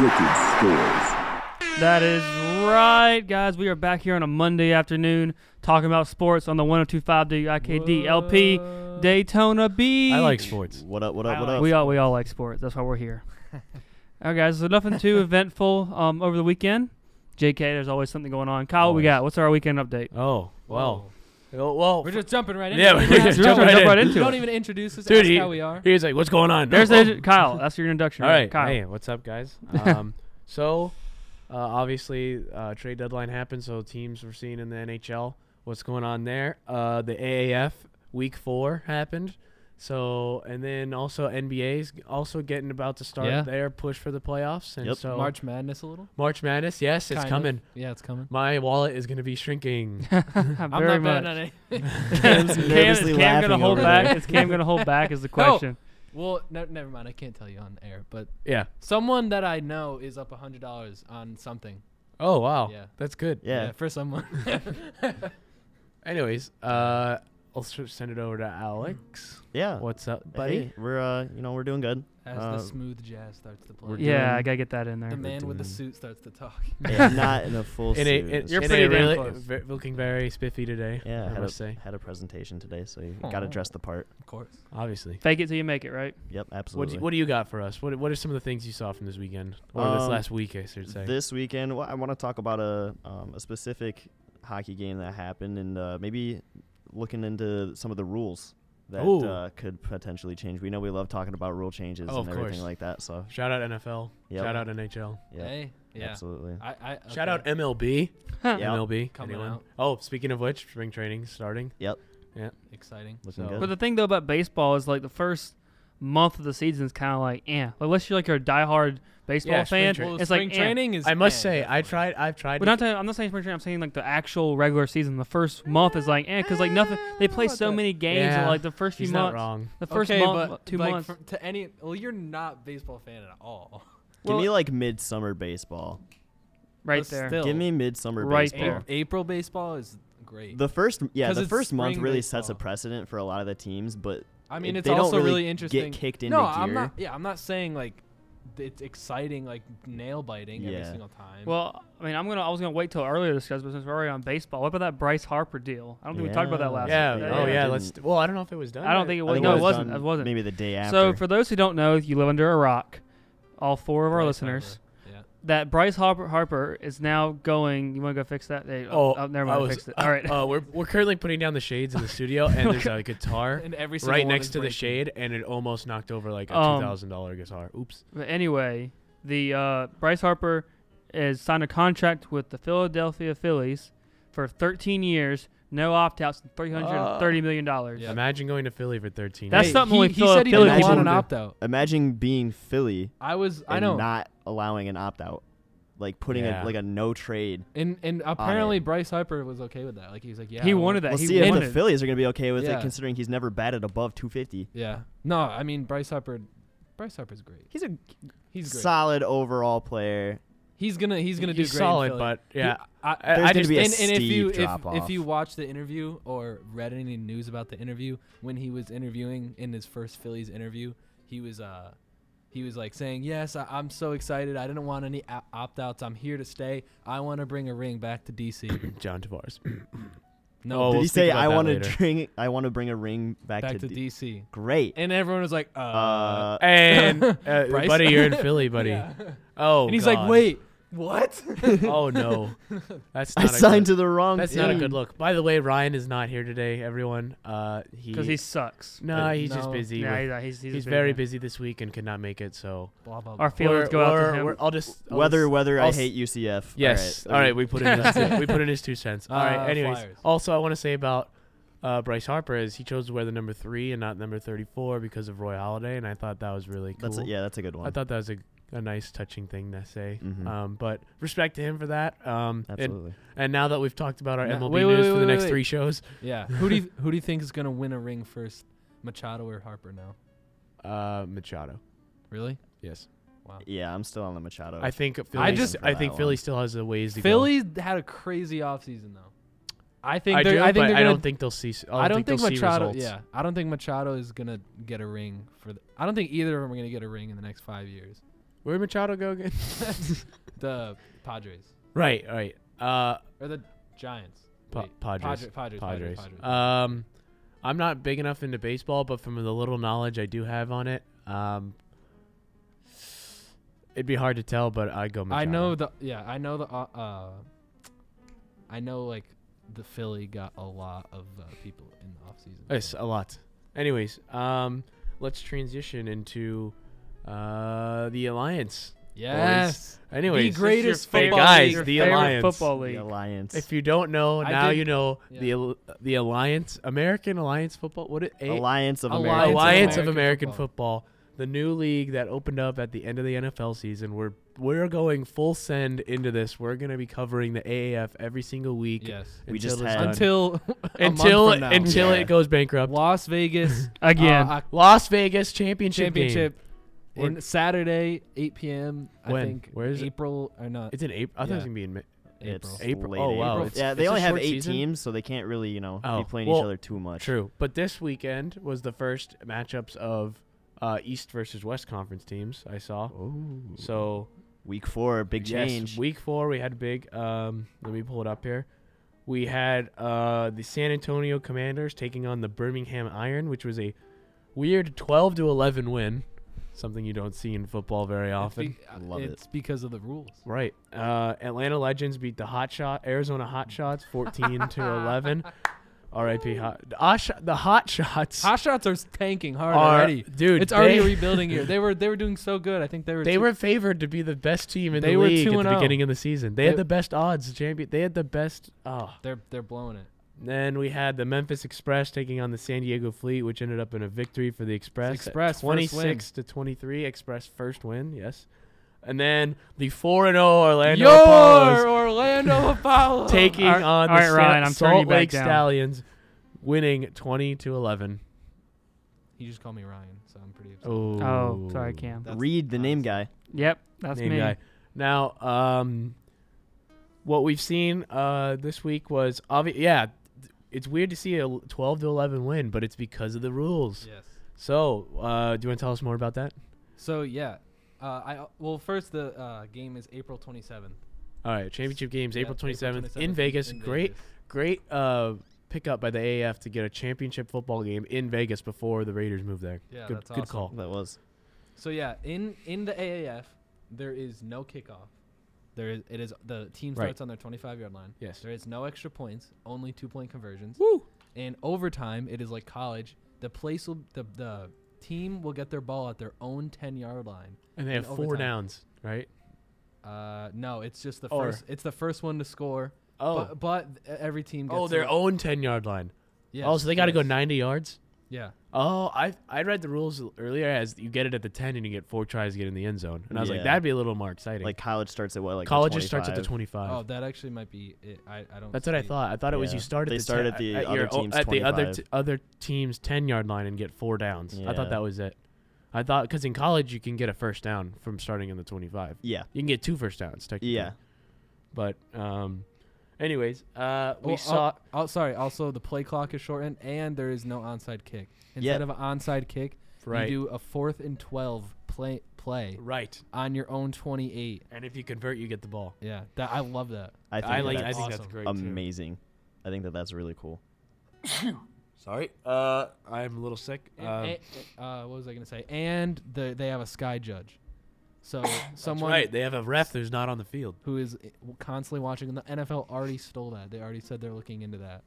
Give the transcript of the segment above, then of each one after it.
Wicked Scores. That is right, guys. We are back here on a Monday afternoon talking about sports on the 1025 WIKD LP Daytona Beach. I like sports. What up? What up? I What like- up? We all we all like sports. That's why we're here. all right, guys. So nothing too eventful um, over the weekend. JK, there's always something going on. Kyle, what we Always. got? What's our weekend update? Oh, well. Well, Oh. well We're just jumping right in. Yeah, we're just Jump jumping right, right into Don't it. even introduce us. dude, ask he- how we are. he's like, what's going on? There's Oh, the, Kyle. That's your introduction. All right. Kyle. Hey, what's up, guys? Um, so, uh, obviously, uh, trade deadline happened, so teams were seeing in the NHL what's going on there. Uh, the AAF week four happened. So, and then also NBA's also getting about to start Yeah. their push for the playoffs. And Yep. so March Madness a little. March Madness, yes, Oh. it's Kind of. coming. Yeah, it's coming. My wallet is going to be shrinking. Very I'm much. not bad at it. Cam, is nervously Cam gonna laughing hold over back? there. Is Cam gonna hold back? Is the No. question. Well, no, never mind. I can't tell you on air, but yeah. someone that I know is up hundred dollars on something. Oh, wow. Yeah. That's good. yeah. for someone. Anyways, uh, I'll s- send it over to Alex. Mm-hmm. Yeah. What's up, buddy? Buddy, we're uh, you know, we're doing good. As Uh, the smooth jazz starts to play. we're Yeah, doing- I gotta get that in there. The man with the doing- suit starts to talk. Yeah, not in a full In suit. a, in, It's you're just- pretty pretty damn really close. ve- looking very spiffy today. yeah, I had must a, say. had a presentation today, so you got to Aw. dress the part. Of course. Obviously. Fake it till you make it, right? Yep, What do, absolutely. you, what do you got for us? What What are some of the things you saw from this weekend or this Um, last week? I should say. This weekend, well, I want to talk about a um, a specific hockey game that happened, and uh, maybe looking into some of the rules that Ooh. uh, could potentially change. We know we love talking about rule changes Oh, and of everything course. like that. So, Shout out NFL. Yep. Shout out NHL. yeah, Hey. Yeah. absolutely. I, I, Shout okay. out MLB. MLB. Coming anyone? out. Oh, speaking of which, spring training starting. Exciting. Looking So- good. But the thing though about baseball is like the first month of the season is kind of like, eh. Like, unless you're like a diehard baseball Yeah, spring fan, tra- Well, it's like, spring eh. training is. I must eh, say, I definitely. tried. I've tried. But to- not to, I'm not saying spring training. I'm saying like the actual regular season. The first month is like, eh, because like nothing. They play so many games. Yeah, in, like the first few he's months, not wrong. the first okay, month, but two like, months. fr- to any, well, you're not baseball fan at all. Give well- me like midsummer baseball. right but there. still- Give me midsummer Right baseball. there. April baseball is great. The first, yeah, 'Cause the it's first month spring really sets a baseball. precedent for a lot of the teams, but I mean, it- it's they don't also really really get interesting. kicked No, into I'm gear. not. Yeah, I'm not saying like th- it's exciting, like nail biting every Yeah. single time. Well, I mean, I'm gonna. I was gonna wait till earlier to discuss, but since we're already on baseball, what about that Bryce Harper deal? I don't think we talked about that Yeah. last. Yeah. week. Oh Yeah. yeah. Didn't- Let's. Well, I don't know if it was done. Uh, I don't yet. think it I was. think No, it it wasn't. done It wasn't. Maybe the day after. So, for those who don't know, if you live under a rock, all four of our Bryce listeners, Harper, Yeah. that Bryce Harper, Harper is now going. You want to go fix that? They, oh, oh, never I mind. I was- fixed it. All right. Uh, we're we're currently putting down the shades in the studio, and there's a guitar And every single right one next is to the breaking. shade, and it almost knocked over like a Um, two thousand dollar guitar. Oops. but anyway, the uh, Bryce Harper has signed a contract with the Philadelphia Phillies for 13 years, no opt outs, and 330 Ah. million dollars. Yeah. Imagine going to Philly for thirteen. That's years. not- something he, only he said he Philly didn't want people an do. opt out. Imagine being Philly I was. I and know. not allowing an opt out, like putting Yeah. a like a no trade. and and apparently Bryce Harper was okay with that. Like he was like, yeah. he I want- wanted that. We'll he see if wanted. the Phillies are gonna be okay with Yeah. it, considering he's never batted above 250. Yeah. No, I mean Bryce Harper. Bryce Harper's great. He's a He's great. solid overall player. he's gonna. He's gonna He's do great. in solid, Philly. but He- yeah, I, I- I There's gonna just be a and, and if steep you if, drop if off. you watched the interview or read any news about the interview when he was interviewing in his first Phillies interview, he was uh he was like saying, "Yes, I, I'm so excited. I didn't want any o- opt-outs. I'm here to stay. I want to bring a ring back to DC." John Tavares. No, Oh, Did we'll he speak say about I that want to later." bring I want to bring a ring back, back to D-" DC. Great. And everyone was like, "Uh." Uh, And uh, Bryce? buddy, you're in Philly, buddy. yeah. Oh, and he's God. like, "Wait, what?" Oh no, that's I not signed a good, to the wrong. That's not a team. good look. By the way, Ryan is not here today, everyone. Uh, he because he sucks. no, Uh, he's just no. busy. Yeah, with- he's, he's, he's, a he's very man. busy this week and could not make it. So blah blah blah. Our feelings Or- go out or- to him. or I'll just I'll Whether just- whether I'll I s- hate UCF. Yes. All All right. We put in his two, we put in his two cents. All right. Uh, Anyways, Flyers. also I want to say about uh, Bryce Harper is he chose to wear the number three and not number thirty-four because of Roy Holiday, and I thought that was really cool. That's a, yeah, that's a good one. I thought that was a, a nice touching thing to say. Mhm. Um, but respect to him for that. Um, and, Absolutely. and now that we've talked about our No, MLB wait, wait, news wait, for the wait, next wait. three shows, Yeah. Who do you, who do you think is gonna win a ring first, Machado or Harper? Now, uh, Machado. really? Yes. Wow. yeah, I'm still on the Machado. I think Philly, I just- just Oh. I for think that Philly one. still has a ways to go. Philly had a crazy offseason though. I think I they're, do, I think but they're I gonna, don't think they'll see. s- I don't think, they'll see Machado. results. Yeah, I don't think Machado is gonna get a ring for. The, I don't think either of them are gonna get a ring in the next five years. Where'd Machado go again? the Padres right, right. Uh, or the Giants. Pa- Wait, Padres. Padre- Padres. Padres. Padres. Padres. Um, I'm not big enough into baseball, but from the little knowledge I do have on it, um, it'd be hard to tell, but I'd go Uh, Machado. I know the yeah. I know the uh, uh I know like the Philly got a lot of uh, people in the off season. It's a lot. Anyways, um, let's transition into uh, the alliance. Yes. Anyways, The greatest This is your football Hey, guys, league. Your the favorite Alliance. football league. The Alliance. if you don't know, I now did- you know the yeah. al- the alliance, American Alliance Football. What it, a- Alliance of Alliance America. of Alliance of American American football. Football. the new league that opened up at the end of the NFL season. We're we're going full send into this. We're gonna be covering the AAF every single week. Yes. We just it's had- done. Until a month until from now. until Yeah. it goes bankrupt. Las Vegas Again. uh, Las Vegas championship, championship. We're- In Saturday, 8 p.m. When? I think Where is it? April or not Game. It's in April. I thought it was Yeah. gonna be in. May. April. It's April. late Oh, wow. April. It's- yeah, they it's a only have short eight season? teams, so they can't really, you know, Oh, be playing well, each other too much. True, but this weekend was the first matchups of uh, East versus West conference teams I saw. So Week four, big yes, change. week four we had big. Um, let me pull it up here. We had uh, the San Antonio Commanders taking on the Birmingham Iron, which was a weird 12 to 11 win, something you don't see in football very It's often. be- uh, I love it. it's because of the rules. Right. Uh, Atlanta Legends beat the Hot Shot Arizona Hot Shots 14 to 11. R.I.P. Hot. the Osh- The Hot Shots. Hot shots are tanking hard Are- already. dude, it's already they- rebuilding here. They were they were doing so good. I think they were They two- were favored to be the best team in They the were league 2 at and the 0. beginning of the season. They, had They- the best odds, champion. They had the best. Oh. they're they're blowing it. Then we had the Memphis Express taking on the San Diego Fleet, which ended up in a victory for the Express. at Express, first win. 26 to 23. Express first win, yes. And then the 4 and 0 Orlando Your Apollos Orlando Apollo taking All right- on the all right, Sa- Ryan, I'm turning you Salt back Lake down. Stallions, winning 20 to 11. You just call me Ryan, so I'm pretty upset. Oh, Oh, sorry, Cam. That's- Read the name guy. Yep, that's Name me. guy. Now, um, what we've seen uh, this week was obvious. Yeah, th- it's weird to see a l- 12 to 11 win, but it's because of the rules. Yes. So, uh, do you want to tell us more about that? So yeah, uh, I well first the uh, game is April 27th. All right, championship games, Yeah, April 27th, in Vegas. Great, Vegas. great uh, pickup by the AAF to get a championship football game in Vegas before the Raiders move there. Yeah, good, that's good awesome. call. That was. So yeah, in in the AAF, there is no kickoff. There is it is the team Right. starts on their 25 yard line. Yes. There is no extra points, only two point conversions. Woo! And overtime, it is like college. The place will the the team will get their ball at their own 10 yard line. And they have In four overtime. downs, right? Uh, no, it's just the Or- first. It's the first one to score. Oh, but, but every team. Gets oh, their it. own ten yard line. Yes, oh, so they got to go yes. ninety yards. Yeah. Oh, I I read the rules earlier as you get it at the ten and you get four tries to get in the end zone, and I was like, Yeah. that'd be a little more exciting. Like college starts at what? Like the college just starts at the 25? twenty five. Oh, that actually might be it. I, I don't. That's what I see- thought. I thought it was you Yeah. start at They the start ten- at the at other your own- team's at the other 25. t- other team's ten yard line and get four downs. I thought Yeah. that was it. I thought because in college you can get a first down from starting in the twenty five. Yeah. You can get two first downs technically. Yeah. But um, anyways, uh, we Well, saw. Oh, sorry. Also, the play clock is shortened, and there is no onside kick. Instead of an onside kick, Right. you do a fourth and twelve play play Right. on your own twenty-eight. And if you convert, you get the ball. Yeah, that I love that. I think I that like. I that's think that's awesome. great. too. amazing. I think that that's really cool. Sorry. Uh, I'm a little sick. Um, And, and- uh, what was I gonna say? And the, they have a sky judge, so someone right. They have a ref who's not on the field. who is i- w- constantly watching. And the NFL already stole that. They already said they're looking into that.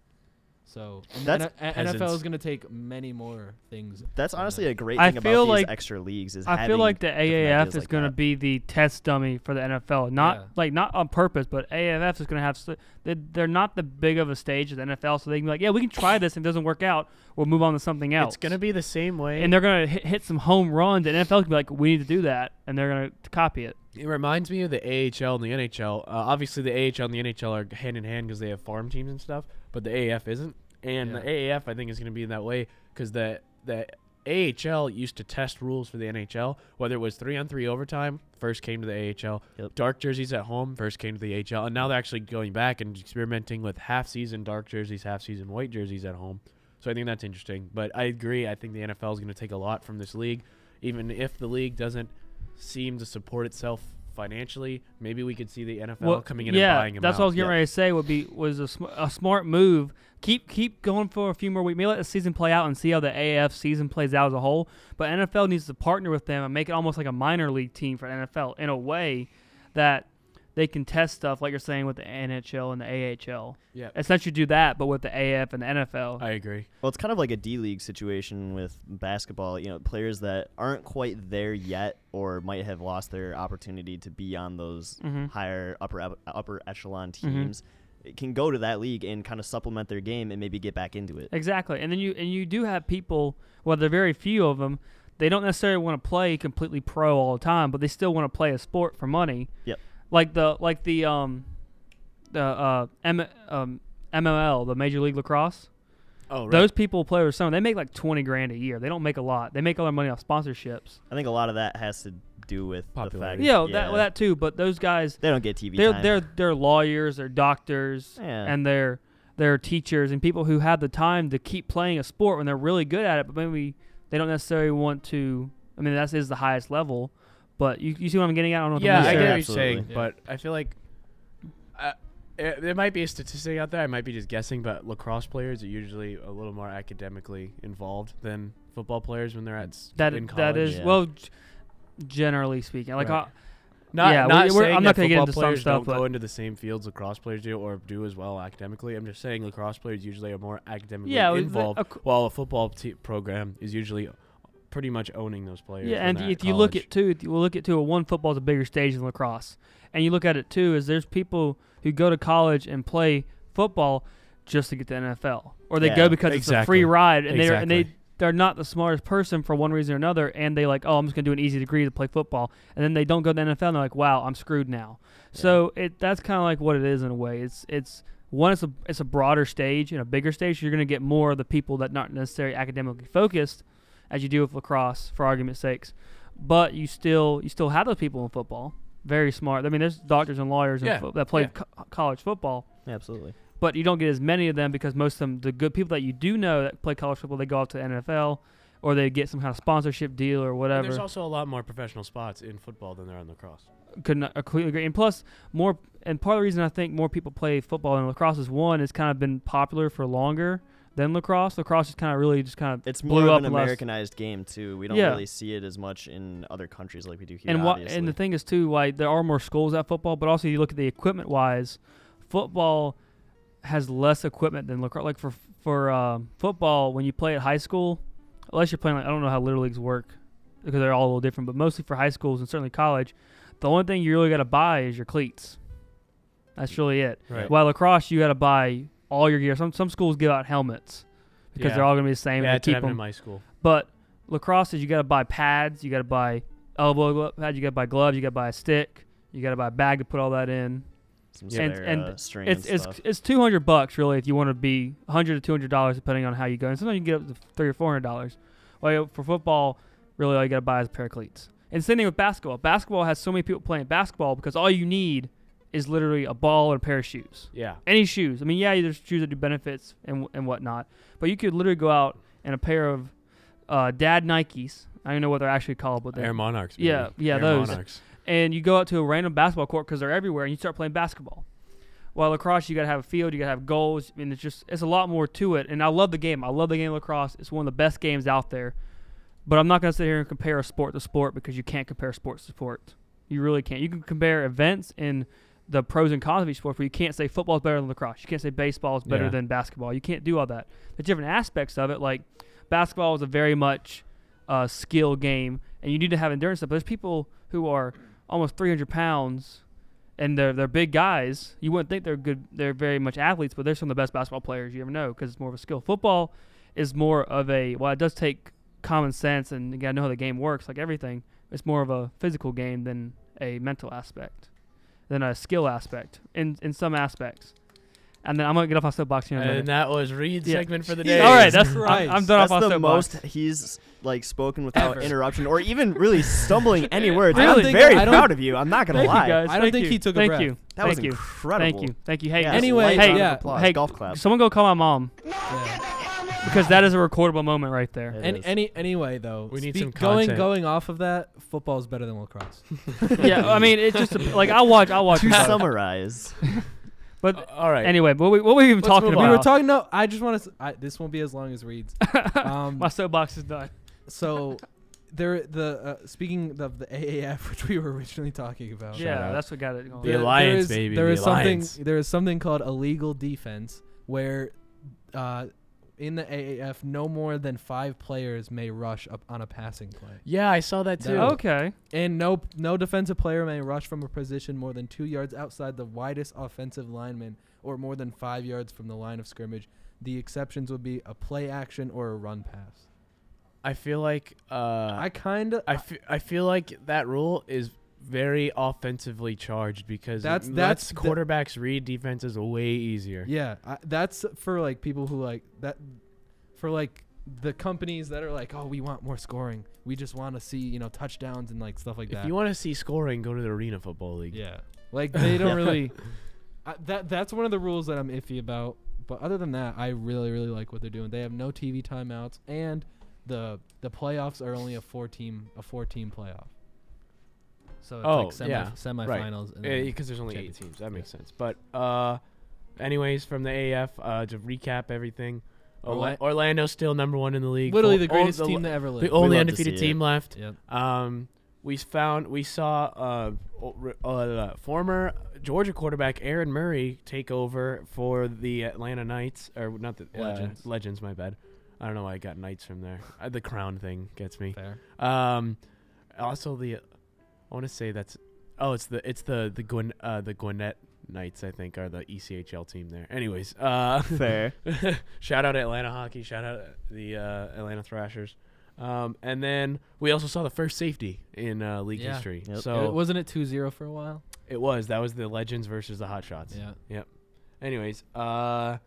So and the That's- N- a- NFL Peasants. is gonna take many more things. That's from honestly them. a great I thing about feel these like- extra leagues is I feel having like the different AAF ideas is like going to that. be the test dummy for the NFL. Not Yeah. like not on purpose, but AAF is going to have. s- They, they're not the big of a stage as the NFL, so they can be like, yeah, we can try this. and If it doesn't work out, we'll move on to something else. It's gonna be the same way. and they're going to hit, hit some home runs. And NFL can be like, we need to do that, and they're going to copy it. it reminds me of the AHL and the NHL. Uh, obviously, the AHL and the NHL are hand in hand because they have farm teams and stuff, but the AAF isn't. And Yeah. the AAF, I think, is going to be in that way because the the AHL used to test rules for the NHL. Whether it was three on three overtime, first came to the AHL. Yep. Dark jerseys at home, first came to the AHL, and now they're actually going back and experimenting with half season dark jerseys, half season white jerseys at home. So I think that's interesting. But I agree. I think the NFL is going to take a lot from this league, even if the league doesn't seem to support itself financially, maybe we could see the NFL Well, coming in yeah, and buying him that's out. what I was getting Yeah. ready to say. Would be was a, sm- a smart move. Keep keep going for a few more weeks. Maybe let the season play out and see how the AAF season plays out as a whole. But NFL needs to partner with them and make it almost like a minor league team for NFL in a way that they can test stuff like you're saying with the NHL and the AHL. Yeah. essentially do that, but with the AF and the NFL. I agree. Well, it's kind of like a D League situation with basketball. You know, players that aren't quite there yet, or might have lost their opportunity to be on those Mhm. higher upper ep- upper echelon teams, can go to that league and kind of supplement their game and maybe get back into it. Exactly, and then you and you do have people. Well, there are very few of them. They don't necessarily want to play completely pro all the time, but they still want to play a sport for money. Yep. Like the like the um the uh M, um MML, the Major League Lacrosse. Oh, right. Those people play with some. They make like twenty grand a year. They don't make a lot. They make all their money off sponsorships. I think a lot of that has to do with Popularity. the fact Yeah, that well, that too. But those guys, they don't get TV they're time. they're they're lawyers, they're doctors, Yeah. and they're they're teachers and people who have the time to keep playing a sport when they're really good at it, but maybe they don't necessarily want to. I mean, that is the highest level, but you, you see what I'm getting at? I don't know. If yeah, I'm I necessarily- get what you're Absolutely. saying, Yeah. but I feel like uh, it, there might be a statistic out there. I might be just guessing, but lacrosse players are usually a little more academically involved than football players when they're at s- that in college. that is Yeah. well, g- generally speaking, like Right. uh, Not, yeah, not we- we're- saying I'm that not gonna get football into some players stuff, don't go but- into the same fields lacrosse players do or do as well academically. I'm just saying lacrosse players usually are more academically Yeah, well, the- involved, a c- while a football te- program is usually pretty much owning those players. yeah, when and they're if you look at too, if you look at too, one football is a bigger stage than lacrosse, and you look at it too, is there's people who go to college and play football just to get to NFL, or they Yeah, go because it's a free exactly. ride, and they're and they Exactly. they're not the smartest person for one reason or another, and they like, oh, I'm just gonna do an easy degree to play football, and then they don't go to the NFL, and they're like, wow, I'm screwed now. So it that's kind of like what it is in a way. It's it's one, it's a it's a broader stage and a bigger stage. So you're gonna get more of the people that not necessarily academically focused, as you do with lacrosse, for argument's sakes. But you still you still have those people in football. Very smart. I mean, there's doctors and lawyers in Yeah, fo- that play yeah. co- college football Absolutely. but you don't get as many of them because most of them, the good people that you do know that play college football, they go off to the NFL or they get some kind of sponsorship deal or And whatever. there's also a lot more professional spots in football than there are in lacrosse. Could not I uh, completely agree. And plus, more and part of the reason I think more people play football and lacrosse is one, it's kind of been popular for longer than lacrosse. Lacrosse is kind of really just kind of It's blew more up of an last- Americanized game too. We don't Yeah. really see it as much in other countries like we do here. and why, obviously. and the thing is too why there are more schools at football but also you look at the equipment wise football has less equipment than lacrosse like for for um, football when you play at high school unless you're playing like i don't know how little leagues work because they're all a little different but mostly for high schools and certainly college the only thing you really got to buy is your cleats that's really it Right. while lacrosse you got to buy all your gear some some schools give out helmets because Yeah. they're all going to be the same yeah, and it's they keep happened them in my school. but lacrosse is you got to buy pads, you got to buy elbow glo- pads, you got to buy gloves, you got to buy a stick, you got to buy a bag to put all that in. Some Yeah. And- spare, and uh, string It's and it's stuff. it's two hundred bucks really if you want to be hundred to two hundred dollars depending on how you go. And sometimes you can get up to three or four hundred dollars. Well, for football, really all you got to buy is a pair of cleats. And same thing with basketball. Basketball has so many people playing basketball because all you need is literally a ball and a pair of shoes Yeah. any shoes. I mean, yeah, there's shoes that do benefits and and whatnot, but you could literally go out in a pair of uh, dad Nikes. I don't know what they're actually called, but Air they're, Monarchs. Yeah, baby. yeah, Air those. Monarchs. and you go out to a random basketball court because they're everywhere, and you start playing basketball. While lacrosse, you gotta have a field, you gotta have goals. I mean, it's just it's a lot more to it, and I love the game. I love the game of lacrosse. It's one of the best games out there, but I'm not gonna sit here and compare a sport to sport because you can't compare sport to sport. You really can't. You can compare events and the pros and cons of each sport, but you can't say football's better than lacrosse. You can't say baseball is better Yeah. than basketball. You can't do all that. There's different aspects of it. Like basketball is a very much uh, skill game, and you need to have endurance. Stuff. But there's people who are almost 300 pounds, and they're they're big guys. You wouldn't think they're good. They're very much athletes, but they're some of the best basketball players you ever know because it's more of a skill. Football is more of a well, it does take common sense and you gotta know how the game works, like everything. It's more of a physical game than a mental aspect, than a skill aspect in in some aspects. And then I'm gonna get off my soapbox here in a And minute. that was Reed's Yeah. segment for the day. All right, Jesus that's I'm, Christ. I'm done That's off my the soapbox. most he's like spoken without Ever. interruption or even really stumbling any words. Really? I'm Think- very I don't- proud of you. I'm not gonna Thank lie. you guys. I don't Thank think you. he took a Thank breath. You. That Thank was you. incredible. Thank you. Thank you. Hey, Yeah, anyway, Anyway, uh, light round of yeah. applause. hey, golf clap. someone go call my mom. No, get the hell out because that is a recordable moment right there. It Any, is. any anyway though, We need speak- some going content. going off of that. Football is better than lacrosse. yeah, I mean, it's just like I'll watch, I'll watch. to both. summarize, But A- all right. anyway, what we what were we even Let's talking move about? on. we were talking. No, I just want to. This won't be as long as reads. Um, My soapbox is done. so there, the uh, speaking of the AAF, which we were originally talking about. yeah, out. that's what got it going. The there- alliance, there is, baby, There the is alliance. something. There is something called illegal defense, where uh, in the AAF, no more than five players may rush up on a passing play, Yeah, I saw that too. That- Okay, and no no defensive player may rush from a position more than two yards outside the widest offensive lineman, or more than five yards from the line of scrimmage. The exceptions would be a play action or a run pass. I feel like uh, I kind of. I, fe- I feel like that rule is very offensively charged because That's- it that's lets the- quarterbacks read defenses way easier. Yeah, I, that's for like people who like that, for like the companies that are like, oh, we want more scoring. We just want to see you know touchdowns and like stuff like If that. you want to see scoring, go to the Arena Football League. yeah, like they don't Yeah. really. I, that that's one of the rules that I'm iffy about. But other than that, I really really like what they're doing. They have no TV timeouts, and the the playoffs are only a four team a four team playoff. So it's Oh, like semi, yeah, semifinals. And then- because there's only eight Champions. teams. That makes sense. But uh, anyways, from the AF uh, to recap everything, Orla- Orla- Orlando's still number one in the league. literally Full- the all- greatest the, team that ever The lived. only love to undefeated see it. team left. Yep. Um, we found we saw uh, o- re- uh, former Georgia quarterback Aaron Murray take over for the Atlanta Knights, or not the uh, Legends. Legends, my bad. I don't know why I got Knights from there. Uh, the crown thing gets me. Fair. Um, also the, I want to say that's, oh, it's the it's the the Gwyn, uh, the Gwinnett Knights I think are the E ECHL team there. Anyways, uh, fair. shout out Atlanta hockey. Shout out the uh, Atlanta Thrashers. Um, and then we also saw the first safety in uh, league Yeah. history. Yep. So It- wasn't it 2-0 for a while? it was that was the legends versus the hot shots. Yeah. Anyways, uh,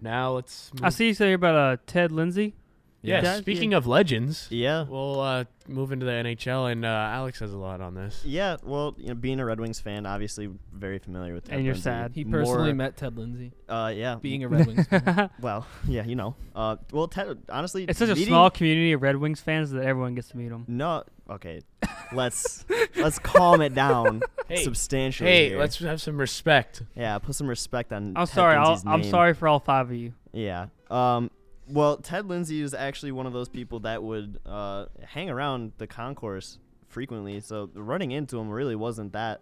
now let's. Move. I see you say about uh, Ted Lindsay. Yeah. Yeah. Speaking of legends, Yeah. we'll uh, move into the NHL, and uh, Alex has a lot on this. Yeah, well, you know, being a Red Wings fan, obviously very familiar with. Ted And you're Lindsay. sad. He personally More- met Ted Lindsay, uh, yeah, being a Red Wings fan. well, yeah, you know. Uh, well, Ted, honestly, It's such a meeting- small community of Red Wings fans that everyone gets to meet him. No, okay, let's let's calm it down Hey. substantially. Hey, here. let's have some respect. yeah, put some respect on. I'm Ted sorry. I'll, Lindsay's I'm name. sorry for all five of you. Yeah. Um. Well, Ted Lindsay is actually one of those people that would uh, hang around the concourse frequently, so running into him really wasn't that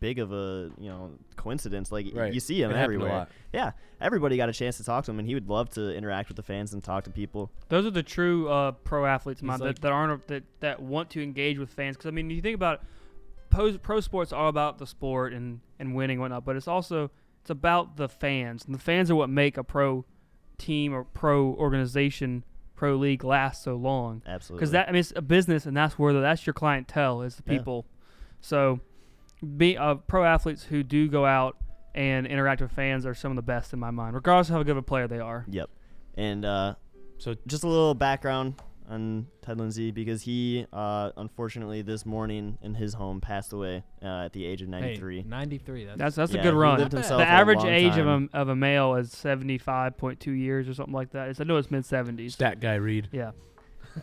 big of a you know coincidence. Like y- Right. you see him It happened a everywhere. lot. Yeah, everybody got a chance to talk to him, and he would love to interact with the fans and talk to people. Those are the true uh, pro athletes, man, like- that, that aren't that that want to engage with fans. Because I mean, you think about it, pos, pro sports are all about the sport and and winning and whatnot, but it's also it's about the fans, and the fans are what make a pro team or pro organization, pro league last so long. Absolutely. Because that I mean, it's a business, and that's where the, that's your clientele is the Yeah. people. So, be uh, pro athletes who do go out and interact with fans are some of the best in my mind, regardless of how good of a player they are. Yep. And uh, So just a little background on Ted Lindsay because he uh, unfortunately this morning in his home passed away uh, at the age of Hey, 93. 93. That's, That's that's Yeah, a good he run. lived himself the a average long age time. of a of a male is seventy five point two years or something like that. It's, I know it's mid seventies. stat guy Reed. Yeah,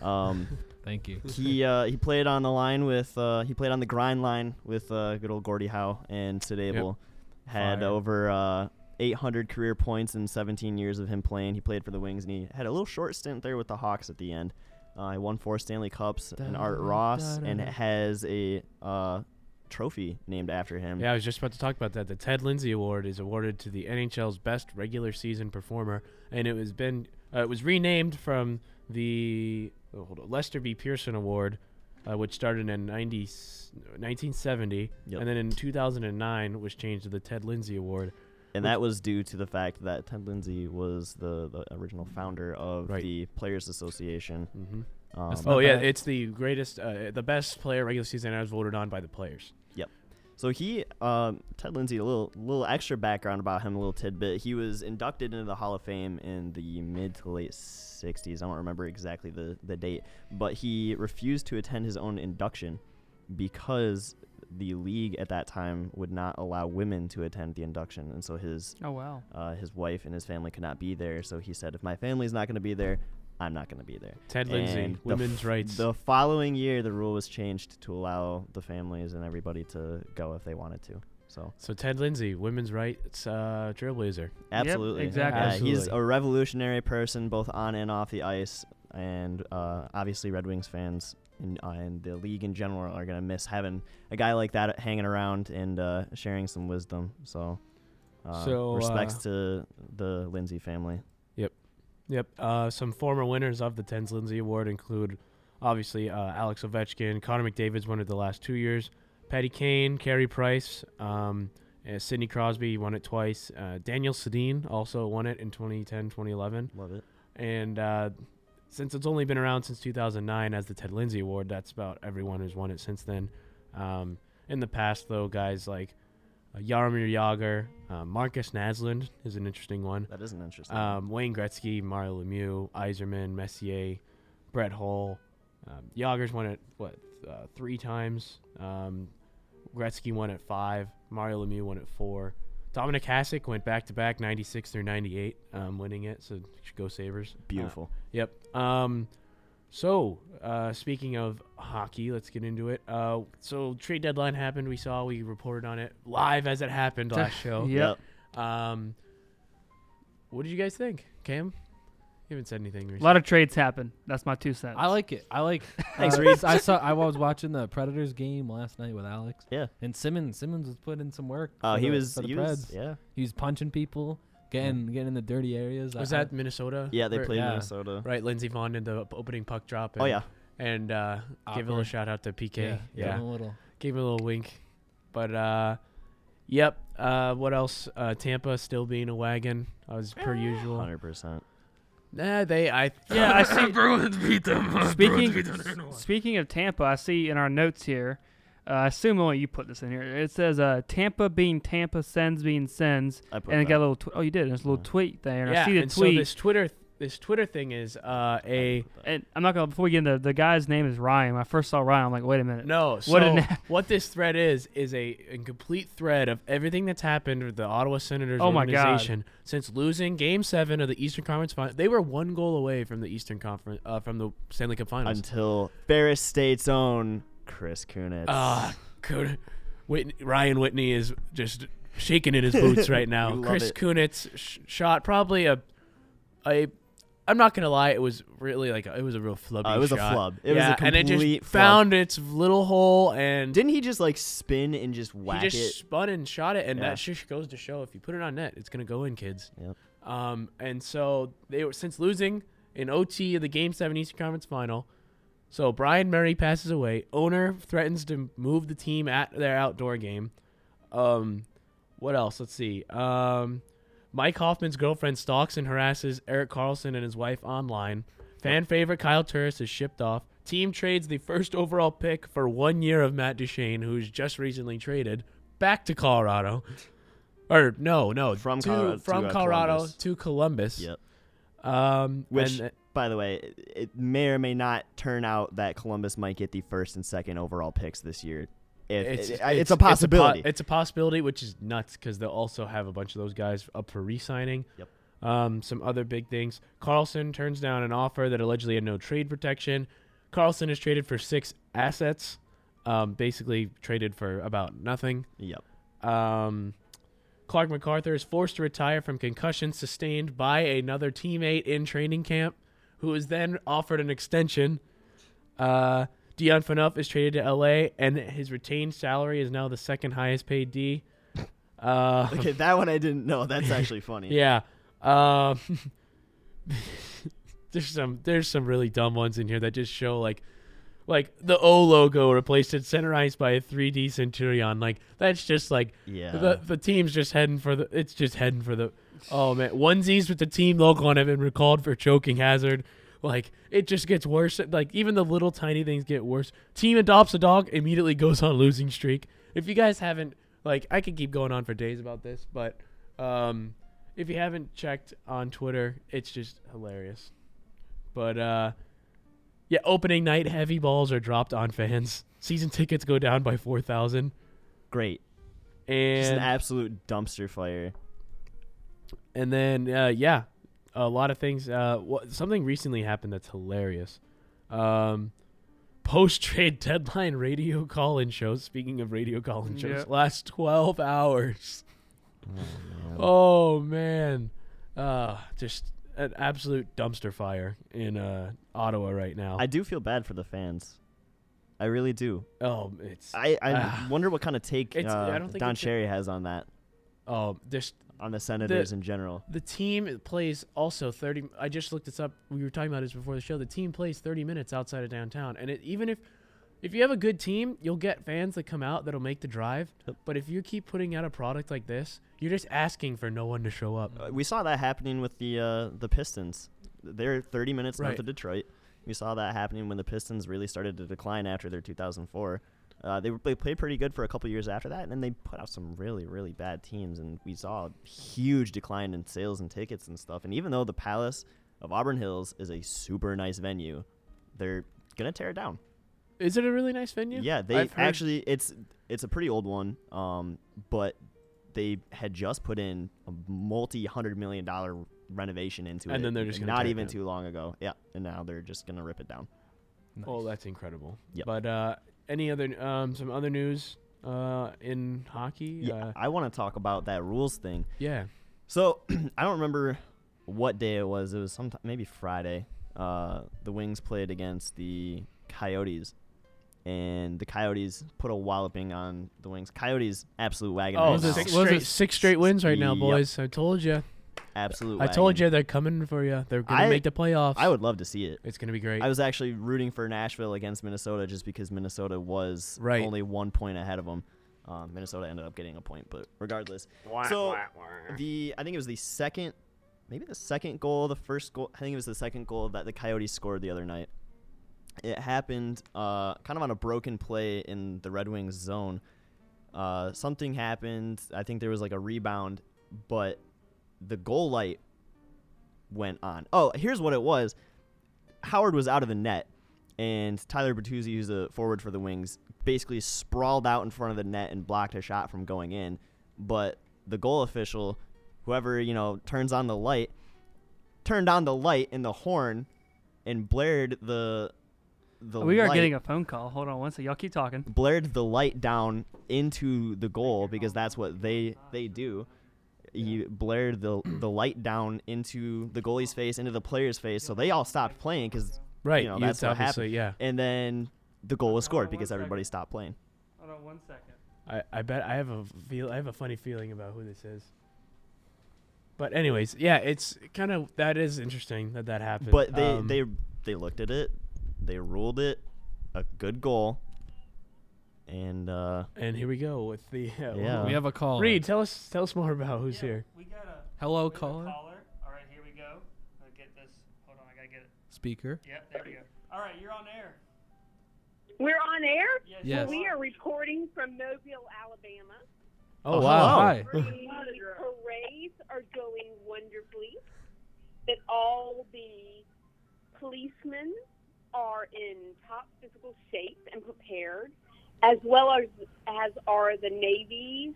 Um, Thank you. he uh, he played on the line with uh, he played on the grind line with uh, good old Gordie Howe and Sid Abel. Had Fire. over uh, 800 career points in 17 years of him playing. He played for the Wings and he had a little short stint there with the Hawks at the end. Uh, he won four Stanley Cups and Art Ross and it has a uh, trophy named after him. Yeah, I was just about to talk about that. The Ted Lindsay Award is awarded to the NHL's best regular season performer, and it was been uh, it was renamed from the oh, hold on, Lester B. Pearson Award, uh, which started in 90, 1970, Yep. and then in 2009 was changed to the Ted Lindsay Award. And that was due to the fact that Ted Lindsay was the, the original founder of Right. the Players Association. Mm-hmm. Um, oh yeah, bad. it's the greatest, uh, the best player regular season I was voted on by the players. So he, um, Ted Lindsay, a little little extra background about him, a little tidbit. He was inducted into the Hall of Fame in the mid to late '60s. I don't remember exactly the the date, but he refused to attend his own induction because the league at that time would not allow women to attend the induction, and so his Oh wow. uh, his wife and his family could not be there. So he said, if my family's not going to be there, I'm not going to be there. Ted Lindsay, And the women's f- rights. The following year, the rule was changed to allow the families and everybody to go if they wanted to. So so Ted Lindsay, women's rights uh, trailblazer. absolutely, exactly. Yeah, he's Absolutely. a revolutionary person, both on and off the ice, and uh, obviously Red Wings fans and, uh, and the league in general are gonna miss having a guy like that hanging around and uh, sharing some wisdom. So, uh, So, respects uh, to the Lindsay family. Yep. Uh, some former winners of the Tens Lindsay Award include, obviously, uh, Alex Ovechkin, Connor McDavid's won it the last two years, Patty Kane, Carey Price, um, and Sidney Crosby won it twice. Uh, Daniel Sedin also won it in 2010, 2011, Love it. and uh, since it's only been around since 2009 as the Ted Lindsay Award, that's about everyone who's won it since then. Um, in the past, though, guys like uh, Yaromir Yager, uh, Marcus Naslund is an interesting one. That is an interesting. Um, Wayne Gretzky, Mario Lemieux, Iserman, Messier, Brett Hull. Um, Yager's won it, what, uh, three times? Um, Gretzky won it five. Mario Lemieux won it four. Dominic Hasek went back to back 96 through 98, um, winning it. So go Sabres. Uh, Beautiful. Yep. Um, so uh, speaking of hockey, let's get into it. Uh, so trade deadline happened. We saw we reported on it live as it happened last show. Yep. Um, what did you guys think, Cam? You haven't said anything A recently. lot of trades happen. That's my two cents. I like it. I like. Thanks, uh, Reed. I saw. I was watching the Predators game last night with Alex. Yeah. And Simmons. Simmons was putting in some work. Oh, for he the- was. For the He Preds. was. Yeah. He was punching people, getting getting in the dirty areas. Was I- that Minnesota? Yeah, they Or- played yeah. Minnesota. Right, Lindsey Vaughn did the op- opening puck drop. And, Oh yeah. and uh, give a little Awkward. shout out to PK. Yeah. yeah. yeah. A little. gave him a little wink. But uh, yep. Uh, what else? Uh, Tampa still being a wagon as Ah. per usual. Hundred percent. Nah, they. I Yeah, I see. Speaking speaking of Tampa, I see in our notes here. Uh, I assume only you put this in here. It says uh, Tampa being Tampa, sends being sends, I put and it got a that. little. Tw- oh, you did. There's a little Yeah. tweet there, and yeah. I see the and so tweet. this Twitter, this Twitter thing is uh, a and I'm not gonna. Before we get into the guy's name is Ryan. When I first saw Ryan, I'm like, wait a minute. No. So What what, an- this thread is is a incomplete thread of everything that's happened with the Ottawa Senators Oh my God. organization since losing Game Seven of the Eastern Conference Final. They were one goal away from the Eastern Conference uh, from the Stanley Cup Finals. until Ferris State's own Chris Kunitz. Ah, could Whitney, Ryan Whitney is just shaking in his boots right now. You love Chris it. Kunitz sh- shot probably a a. I'm not gonna lie, it was really like a, it was a real flubby. Uh, it was a shot. flub. It was a yeah, and it complete just flub. found its little hole and Didn't he just like spin and just whack he just it? spun and shot it, and Yeah. that just goes to show if you put it on net, it's gonna go in, kids. Yep. Um, and so they were since losing in OT of the Game Seven Eastern Conference Final. So Brian Murray passes away. Owner threatens to move the team at their outdoor game. Um, what else? Let's see. Um, Mike Hoffman's girlfriend stalks and harasses Eric Carlson and his wife online. Fan favorite Kyle Turris is shipped off. Team trades the first overall pick for one year of Matt Duchene, who's just recently traded back to Colorado. Or no, no, From to- Colorado to, from uh, Colorado Columbus. to Columbus. Yep. Um, Which, and- by the way, it- it may or may not turn out that Columbus might get the first and second overall picks this year. If it's, it's, a po- possibility. It's a, possibility, which is nuts because they'll also have a bunch of those guys up for re-signing. Yep. Um, some other big things. Carlson turns down an offer that allegedly had no trade protection. Carlson is traded for six assets, um, basically traded for about nothing. yep. Um, Clark MacArthur is forced to retire from concussion sustained by another teammate in training camp, who is then offered an extension. Uh, Dion Phaneuf is traded to LA, and his retained salary is now the second highest paid D. Uh, Okay, that one I didn't know. That's actually funny. yeah. Um, there's some there's some really dumb ones in here that just show like like the O logo replaced at center ice by a 3D Centurion. Like that's just like Yeah. the the team's just heading for the it's just heading for the oh man onesies with the team logo on have been recalled for choking hazard. Like it just gets worse. Like even the little tiny things get worse. Team adopts a dog immediately goes on losing streak. If you guys haven't like I could keep going on for days about this, but um, if you haven't checked on Twitter, it's just hilarious. But uh, yeah, opening night heavy balls are dropped on fans. Season tickets go down by four thousand. Great. Just an and absolute dumpster fire. and then uh, yeah, a lot of things. Uh, wha- something recently happened that's hilarious. Um, Post trade deadline radio call in shows. Speaking of radio call in Yeah. shows, last twelve hours. Oh man, uh, just an absolute dumpster fire in uh, Ottawa right now. I do feel bad for the fans. I really do. oh, it's I, I Ah. wonder what kind of take It's- I uh, don't think Don it's a- Cherry has on that, oh, just on the Senators in general. The team it plays also 30 I just looked this up. We were talking about this before the show. The team plays 30 minutes outside of downtown. And it, even if if you have a good team, you'll get fans that come out that'll make the drive. Yep. But if you keep putting out a product like this, you're just asking for no one to show up. Uh, We saw that happening with the uh, the Pistons. They're 30 minutes north Right. of Detroit. We saw that happening when the Pistons really started to decline after their 2004. Uh, they, were, they played pretty good for a couple years after that, and then they put out some really, really bad teams, and we saw a huge decline in sales and tickets and stuff. And even though the Palace of Auburn Hills is a super nice venue, they're gonna tear it down. Is it a really nice venue? Yeah, they I've heard- actually it's it's a pretty old one, um, but they had just put in a multi hundred million dollar renovation into it, And then they're just gonna not tear it even down. too long ago. Yeah, and now they're just gonna rip it down. Well, Oh, that's incredible. Yep. But uh any other um some other news uh in hockey? Yeah, Uh, I want to talk about that rules thing. yeah. So I don't remember what day it was. It was sometime maybe Friday. Uh, the Wings played against the Coyotes, and the Coyotes put a walloping on the Wings. Coyotes absolute wagon. Oh, right was it now. six was it straight six straight wins right now, Yep. boys. I told you. absolute. I told wagon. you they're coming for you. They're going I- to make the playoffs. I would love to see it. It's gonna be great. I was actually rooting for Nashville against Minnesota just because Minnesota was Right. only one point ahead of them. Um, Minnesota ended up getting a point, but regardless. so the I think it was the second, maybe the second goal, the first goal. I think it was the second goal that the Coyotes scored the other night. It happened uh, kind of on a broken play in the Red Wings zone. Uh, something happened. I think there was like a rebound, but the goal light went on. Oh, here's what it was. Howard was out of the net, and Tyler Bertuzzi, who's a forward for the Wings, basically sprawled out in front of the net and blocked a shot from going in. But the goal official, whoever you know, turns on the light, turned on the light in the horn, and blared the the. we are light- getting a phone call. Hold on one second. Y'all keep talking. blared the light down into the goal because that's what they they do. You blared the the light down into the goalie's face, into the player's face, so they all stopped playing because Right, you know you- that's what obviously, happened. yeah. and then the goal was on scored one because everybody stopped playing. Hold on one second. I, I bet I have a feel I have a funny feeling about who this is. But anyways, yeah, it's kind of that is interesting that that happened. But they Um, they they looked at it, they ruled it a good goal, and uh, and here we go with the uh, Yeah. We have a call. Reed, tell us tell us more about who's here. We got a Hello, caller. All right, here we go. I'll get this. Hold on, I gotta get it. Speaker. Yep, there we go. All right, you're on air. We're on air. Yes. We are reporting from Mobile, Alabama. Oh, Oh, wow. Hi. The parades are going wonderfully. That all the policemen are in top physical shape and prepared, as well as as are the Navy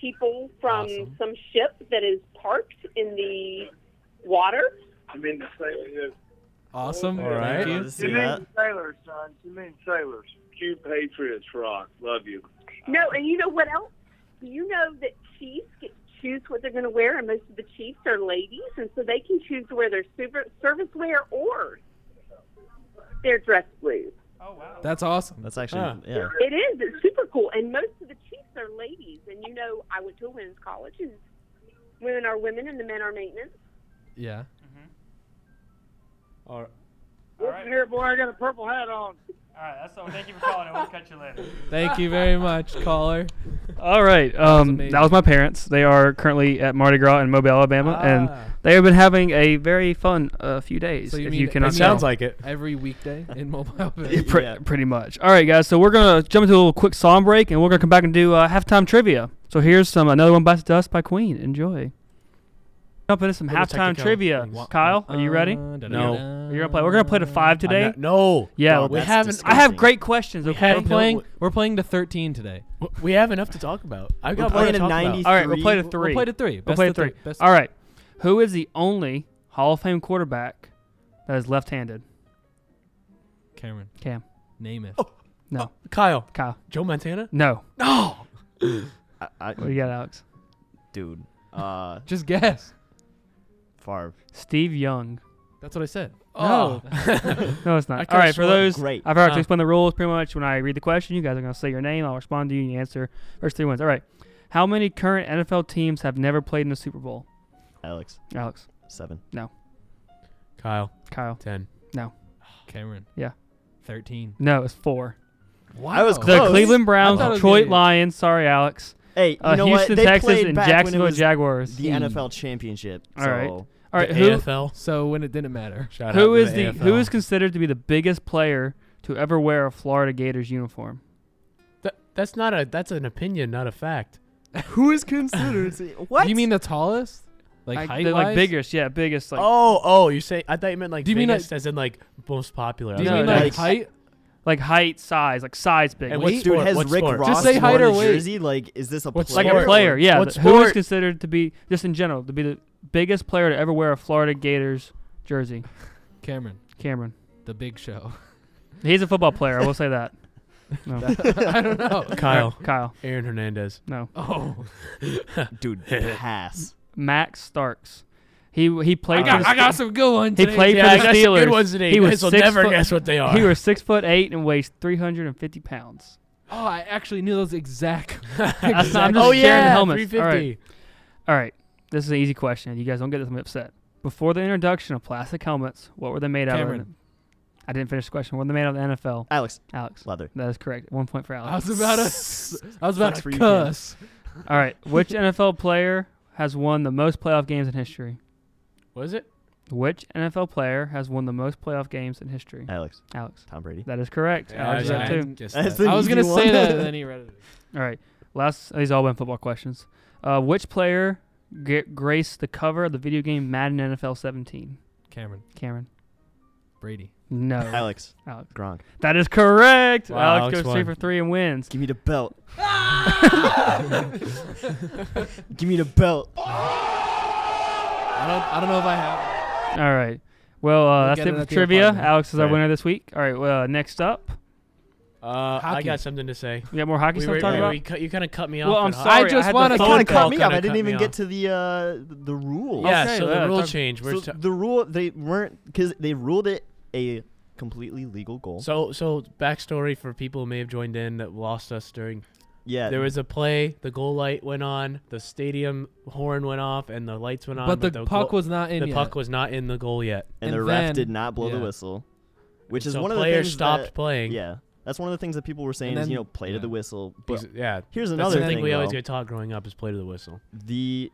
people from Awesome. some ship that is parked in the water. She means sailors. Awesome. All right. Thank you. to She see that. means sailors, son. She means sailors. You patriots rock. Love you. No, and you know what else? Do You know that chiefs get to choose what they're going to wear, and most of the chiefs are ladies, and so they can choose to wear their super, service wear or their dress blues. Oh wow. That's awesome. That's actually Huh. yeah. It is. It's super cool, and most of the chiefs are ladies. And you know, I went to a women's college, and women are women, and the men are maintenance. Yeah. All right. All right. Here, boy, I got a purple hat on. All right. That's all. Thank you for calling. and We'll catch you later. Thank you very much, caller. All right. Um, that, was amazing. my parents. They are currently at Mardi Gras in Mobile, Alabama, Ah. and they have been having a very fun uh, few days. So you if mean you it cannot No. Sounds tell. like it. Every weekday in mobile. Pre- Yeah. Pretty much. All right, guys. So we're gonna jump into a little quick song break, and we're gonna come back and do uh, halftime trivia. So here's some another one bites the dust by Queen. Enjoy. Jump into some Little halftime technical trivia. things. Kyle, are you ready? Uh, No. You're gonna play. We're gonna play to five I'm today. not- no. Yeah, Oh, we that's haven't. I have disgusting. great questions. We okay? had We're No, playing. we- We're playing to 13 today. We have enough to talk about. I've got more playing to a talk about. 90 All right, we'll play to We'll- 3 We'll play to three. We'll Best play of three. Best of All right. Who is the only Hall of Fame quarterback that is left-handed? Cameron, Cam. name it. No. Kyle, Kyle. Joe Montana. No. No. I, I, What do you got, Alex? dude, uh, Just guess. Favre. Steve Young. That's what I said. Oh. No, it's I not. could've All right, for sworn- those, great. I've already Huh. explained the rules pretty much. When I read the question, you guys are going to say your name. I'll respond to you and you answer. First three ones. All right. How many current NFL teams have never played in the Super Bowl? Alex, Alex, seven. Kyle, Kyle. ten. Cameron. Yeah. 13. No, it's four. Wow. I was The Close. Cleveland Browns, thought it was Detroit gonna be- Lions. Sorry, Alex. Hey, you Uh, know Houston, what? They Texas, played and back Jacksonville when it was Jaguars. Hmm. The NFL championship. All right. so- All right, The who AFL. So when it didn't matter. Shout out who to is the who AFL. is considered to be the biggest player to ever wear a Florida Gators uniform? Th- that's not a. That's an opinion, not a fact. Who is considered? what? You mean the tallest? Like Like, height the, like wise? biggest, yeah, biggest. Like oh, oh, you say? I thought you meant like Do you mean, biggest, as in like most popular. Do you No, mean no, like it's- height? like height, size, like size big. And Like, what Dude, sport? has What Rick sport? Ross Just say height worn or a weight. jersey? Like, is this a What player? like a sport? player, yeah. What the- Who is sport? considered to be just in general to be the biggest player to ever wear a Florida Gators jersey? Cameron, Cameron. the big show. He's a football player. I will say that. I don't know. Kyle, Kyle. Aaron Hernandez. No. Oh. Dude, pass. Max Starks. He he played. I for got, the I got some good ones. He today. played yeah, for I the got some Steelers. good ones today. He You was guys will six never foot- guess what they are. He was six foot eight and weighs three hundred and fifty pounds. Oh, I actually knew those exact. That's not- I'm just oh sharing the yeah, helmets. 350. All right, this is an easy question. You guys don't get this I'm upset. Before the introduction of plastic helmets, what were they made out of? Cameron. I didn't finish the question. What were they made out of in the NFL? Alex, Alex. leather. That is correct. One point for I Alex. was about to. I was about Sucks to for you, Cam. cuss. All right. Which NFL player has won the most playoff games in history? Was it? Which NFL player has won the most playoff games in history? Alex, Alex. Tom Brady. That is correct. Alex is yeah, up I two. didn't guess That's that. an I was easy gonna one. say that, and then he read it. All right. Last, these all been football questions. Uh, which player g- graced the cover of the video game Madden NFL 17? Cameron Cameron. Brady. No. Alex, Alex. Gronk. That is correct. Wow, Alex, Alex goes won. three for three and wins. Give me the belt. Give me the belt. I don't. I don't know if I have. All right. Well, uh, We'll that's get it it for at the trivia. apartment. Alex is our Right. winner this week. All right. Well, uh, next up, Uh, I Hockey. got something to say. we got more hockey We stuff were, to talk we, about. we cut, you kind of cut me off. Well, I'm at hockey. sorry. I just had wanna It phone kind kinda of call. cut call me kinda off. I cut didn't me even off. get to the uh, the rules. Yeah, Okay, so yeah, the rule talk- change. We're So ta- the rule they weren't because they ruled it a completely legal goal. so so backstory for people who may have joined in that lost us during. yeah, There was a play. The goal light went on. The stadium horn went off, and the lights went on. But the, puck goal- was not in the yet. puck was not in the goal yet. and, the and ref then- did not blow the yeah. whistle, which is so one of the players things stopped that- playing. Yeah, that's one of the things that people were saying is then- you know play to yeah. the whistle. But Ex- yeah. here's That's another the thing we always though. get taught growing up is play to the whistle. the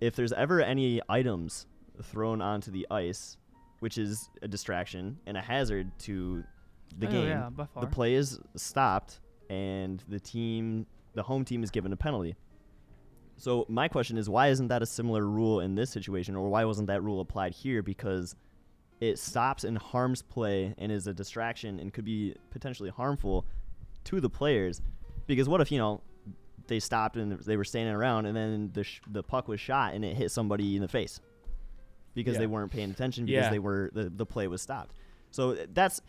if there's ever any items thrown onto the ice, which is a distraction and a hazard to the Oh, game, yeah, by far. the play is stopped and the team, the home team, is given a penalty. So my question is, why isn't that a similar rule in this situation, or why wasn't that rule applied here? Because it stops and harms play and is a distraction and could be potentially harmful to the players. Because what if you know they stopped and they were standing around, and then the sh- the puck was shot and it hit somebody in the face because Yeah. they weren't paying attention because Yeah. they were the, the play was stopped. So uh, that's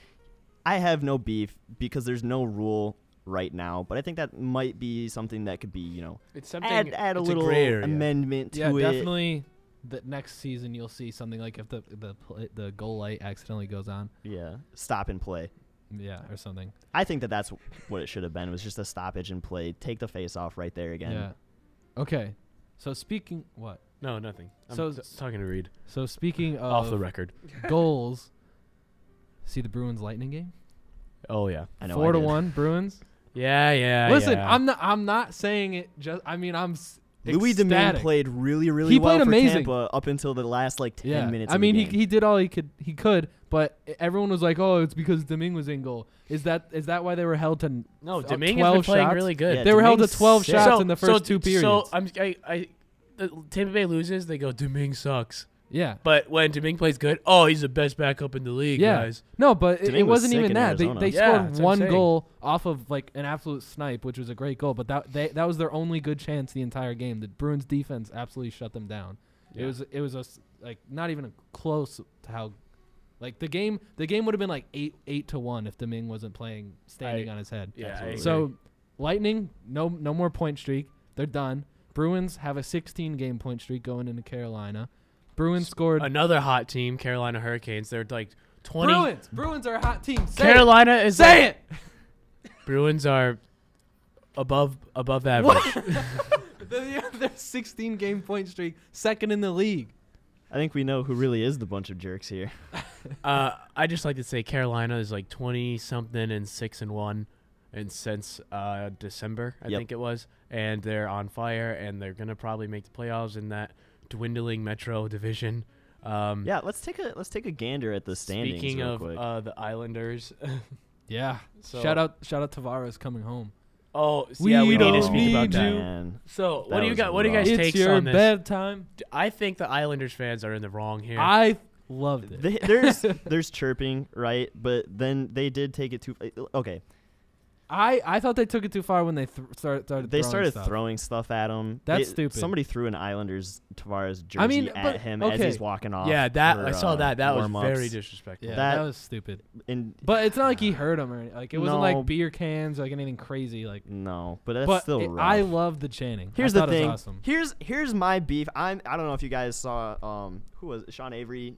I have no beef because there's no rule right now, but I think that might be something that could be you know It's add add a little amendment to yeah, it. definitely. The next season, you'll see something like if the the pl- the goal light accidentally goes on, Yeah, stop and play. yeah, or something. I think that that's what it should have been. Was just a stoppage and play. Take the face off right there again. Yeah. Okay. So speaking what? No, nothing. I'm So Oh. t- s- talking to Reed So speaking of off the record. goals, see the Bruins Lightning game. Oh yeah. I know Four I to did. one Bruins. Yeah, yeah. Listen, Uh, yeah. I'm not. I'm not saying it. Just. I mean, I'm. s- Louis Domingue ecstatic. played really, really He well played for amazing. Tampa up until the last like ten Yeah. minutes. I of mean, the he game. he did all he could. He could, but everyone was like, "Oh, it's because Domingue was in goal." Is that is that why they were held to? n- No, f- Domingue has been 12 playing shots? really good. Yeah, they were held to Domingue's 12 sick. shots so, in the so first two d- periods. So I'm I, I the Tampa Bay loses, they go Domingue sucks. Yeah. But when Domingue plays good, oh, he's the best backup in the league, Yeah. guys. No, but it, Domingue it was wasn't sick even in that. They, Arizona. they Yeah, scored that's what I'm one saying. goal off of like an absolute snipe, which was a great goal. But that they, that was their only good chance the entire game. The Bruins defense absolutely shut them down. It Yeah. was it was a s- like not even close to how like the game the game would have been like eight eight to one if Domingue wasn't playing standing I- on his head. Yeah, I Absolutely. agree. So Lightning, no no more point streak. They're done. Bruins have a 16 game point streak going into Carolina. Bruins scored. another hot team, Carolina Hurricanes. They're like twenty. Bruins, Bruins are a hot team. Say it. Carolina is Say like- it. Bruins are above above average. They're, they're 16 game point streak, second in the league. I think we know who really is the bunch of jerks here. Uh, I just like to say Carolina is like twenty something and six and one, and since uh, December I Yep. think it was, and they're on fire and they're gonna probably make the playoffs in that dwindling Metro division. Um, Yeah, let's take a let's take a gander at the standings Speaking real of quick. uh, the Islanders, Yeah. So- shout out, shout out Tavares coming home. oh We yeah, we need to don't speak about need you. that. Man. So That what do you was got? What do you guys rough. it's takes your on this? bedtime. I think the Islanders fans are in the wrong here. I loved it. They- there's there's chirping, right? But then they did take it too. Okay, I, I thought they took it too far when they th- start, started. they throwing started stuff. throwing stuff at him. That's They- stupid. Somebody threw an Islanders Tavares jersey I mean, but- at him as okay. he's walking off. yeah, that for, I saw uh, that. That was warm-ups. very disrespectful. Yeah, that, That- was stupid. And But it's not like he hurt him or anything. Like it wasn't No. like beer cans, like anything crazy. Like, no, but that's but still it- rough. I love the Channing. Here's I the thought it thing. was awesome. Here's here's my beef. I'm I don't know if you guys saw um who was it? Sean Avery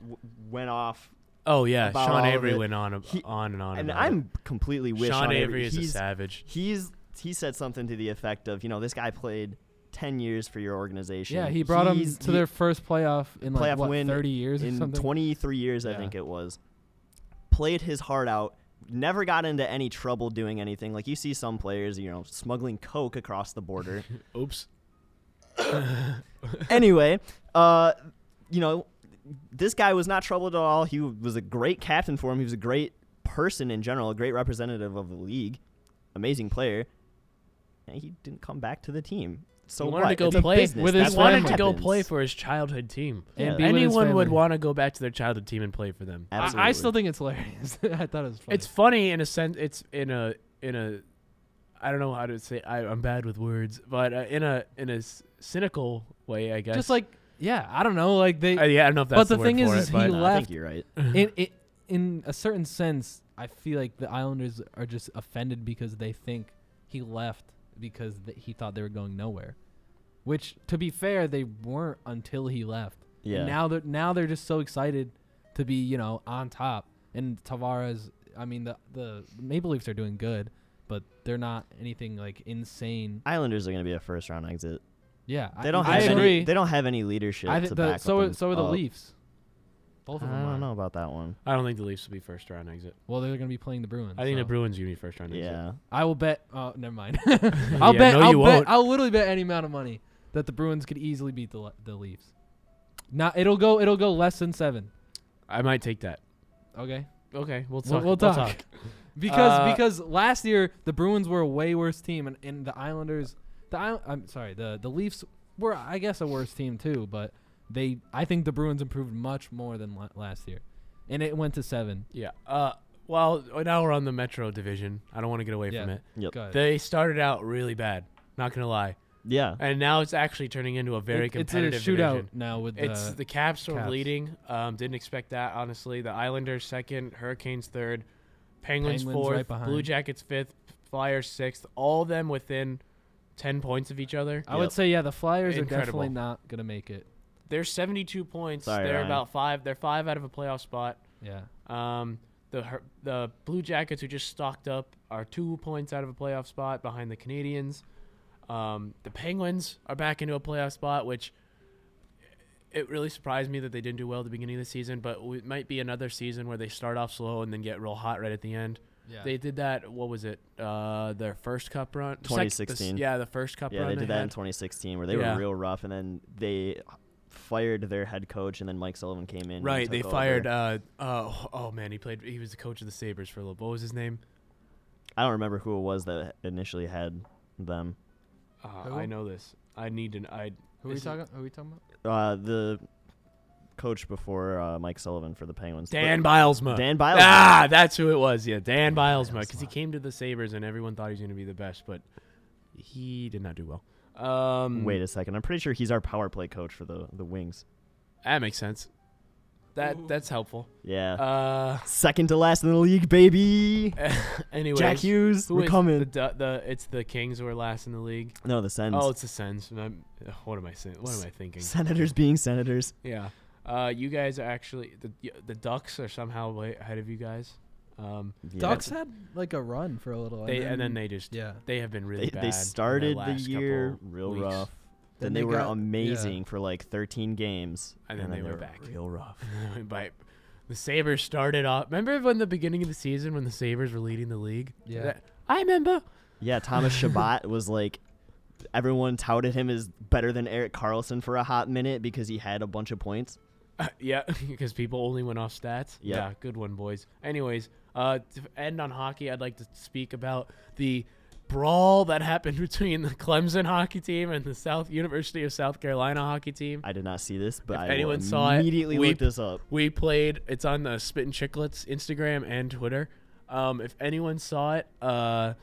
w- went off Oh yeah, about Sean all of Avery it. went on ab- He- on and on. and about it. I'm completely with Sean, Sean, Avery, is a he's, savage. he's he said something to the effect of, you know, this guy played 10 years for your organization. Yeah, he brought him He's- to he- their first playoff in like playoff what, win 30 years or in something. 23 years, I Yeah. think it was. Played his heart out. Never got into any trouble doing anything. Like you see some players, you know, smuggling coke across the border. Oops. anyway, uh, you know, this guy was not troubled at all. He was a great captain for him. He was a great person in general, a great representative of the league, amazing player. And he didn't come back to the team. So he what? wanted to go It's a play business. with He his That's what wanted to go happens. play for his childhood team. Yeah. and be with his Anyone would family. want to go back to their childhood team and play for them. I, I still Absolutely. think it's hilarious. I thought it was funny. It's funny in a sense. It's in a in a. I don't know how to say. I, I'm bad with words, but uh, in a in a s- cynical way, I guess. just like yeah, I don't know, like they I, yeah, I don't know if that's but the word thing is, for is it, he but left- No, I think you're right. in it, in a certain sense, I feel like the Islanders are just offended because they think he left because th- he thought they were going nowhere. Which, to be fair, they weren't until he left. And Yeah. now they're now they're just so excited to be you know on top. And Tavares, I mean the the Maple Leafs are doing good, but they're not anything like insane. Islanders are going to be a first round exit. Yeah, They don't I, have I agree. any. They don't have any leadership I think to the, back so up are, them so are the up. Leafs. Both I of them are. don't know about that one. I don't think the Leafs will be first round exit. Well, they're going to be playing the Bruins. I think the so. Bruins are gonna be first round exit. Yeah, I will bet. Oh, never mind. I'll Yeah, no, bet. I'll you bet. won't. I'll literally bet any amount of money that the Bruins could easily beat the Le- the Leafs. Not. It'll go. It'll go less than seven. I might take that. Okay. Okay, we'll We'll- talk. we'll talk. Because Uh, because last year the Bruins were a way worse team, and, and the Islanders, the Isl- I'm sorry, the the Leafs were I guess a worse team too, but they I think the Bruins improved much more than la- last year, and it went to seven. Yeah. Uh, well, now we're on the Metro division. I don't want to get away from Yeah. it. Yep. Go ahead. They started out really bad. Not gonna lie. yeah. and now it's actually turning into a very It- competitive It's a shootout division. now with It's the the Caps are Caps. leading. Um, didn't expect that honestly. The Islanders second, Hurricanes third, Penguins, Penguins right fourth, behind. Blue Jackets fifth, Flyers sixth. All of them within ten points of each other. I would Yep. say yeah, the Flyers Incredible. are definitely not gonna make it. They're seventy-two points. Sorry, they're Ryan. about five. They're five out of a playoff spot. Yeah. Um, the Hur- the Blue Jackets who just stocked up are two points out of a playoff spot behind the Canadians. Um, the Penguins are back into a playoff spot, which it really surprised me that they didn't do well at the beginning of the season. But it might be another season where they start off slow and then get real hot right at the end. Yeah. They did that. What was it? Uh, their first cup run. the sec- the s- 2016. yeah, the first cup Yeah, run. they did that in had. 2016 where they Yeah. were real rough, and then they fired their head coach, and then Mike Sullivan came in. and Right, they took fired. over. Uh, uh, oh man, he played. He was the coach of the Sabers for a little. What was his name? I don't remember who it was that initially had them. Uh, Who? I know this. I need to. I Who are we Is it- talking? Who are we talking about? Uh, the coach before uh, Mike Sullivan for the Penguins. Dan Bilesma. Dan Bilesma. Ah, that's who it was. Yeah, Dan Bilesma. Because he came to the Sabres and everyone thought he was going to be the best, but he did not do well. Um, Wait a second. I'm pretty sure he's our power play coach for the, the Wings. That makes sense. That That's helpful. Yeah. Uh, Second to last in the league, baby. anyway. Jack Hughes, we're coming. The, Du- the, it's the Kings who are last in the league. no, the Sens. Oh, it's the Sens. And I'm- ugh, What am I saying? What am I thinking? senators being senators. Yeah. Uh, you guys are actually the y- the Ducks are somehow way ahead of you guys. Um, Yeah. Ducks had like a run for a little. they and then they just yeah. they have been really They, bad. in they their started the last year couple real weeks. rough. Then, Then they, they were got- yeah. amazing for like 13 games, And then they were back. real rough. but the Sabres started off. Remember when the beginning of the season when the Sabres were leading the league? Yeah. That- I remember. Yeah, Thomas Shabbat was like everyone touted him as better than Eric Carlson for a hot minute because he had a bunch of points. Uh, yeah, because people only went off stats. Yep. Yeah, good one, boys. Anyways, uh, to end on hockey, I'd like to speak about the brawl that happened between the Clemson hockey team and the South University of South Carolina hockey team. I did not see this, but If I anyone will saw it, immediately weep. looked this up. We played. It's on the Spit and Chicklets Instagram and Twitter. Um, if anyone saw it, uh,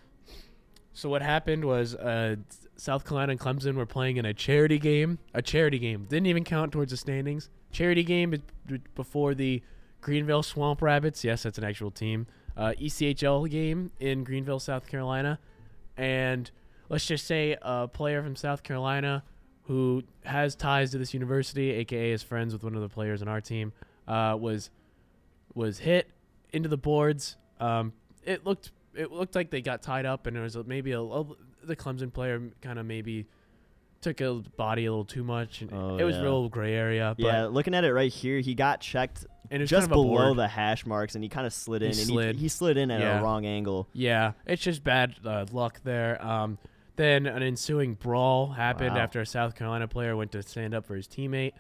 so what happened was uh, South Carolina and Clemson were playing in a charity game. A charity game didn't even count towards the standings. Charity game be- be- before the Greenville Swamp Rabbits. Yes, that's an actual team. Uh, ECHL game in Greenville, South Carolina, and let's just say a player from South Carolina who has ties to this university, aka is friends with one of the players on our team, uh, was was hit into the boards. Um, it looked it looked like they got tied up, and there was a, maybe a, a- the Clemson player kind of maybe took a body a little too much, and Oh, it was yeah. real gray area. But yeah, looking at it right here, he got checked and it was just kind of a below board. the hash marks, and he kind of slid He in. and slid. He, he slid in at Yeah. a wrong angle. Yeah, it's just bad uh, luck there. Um, then an ensuing brawl happened Wow. after a South Carolina player went to stand up for his teammate,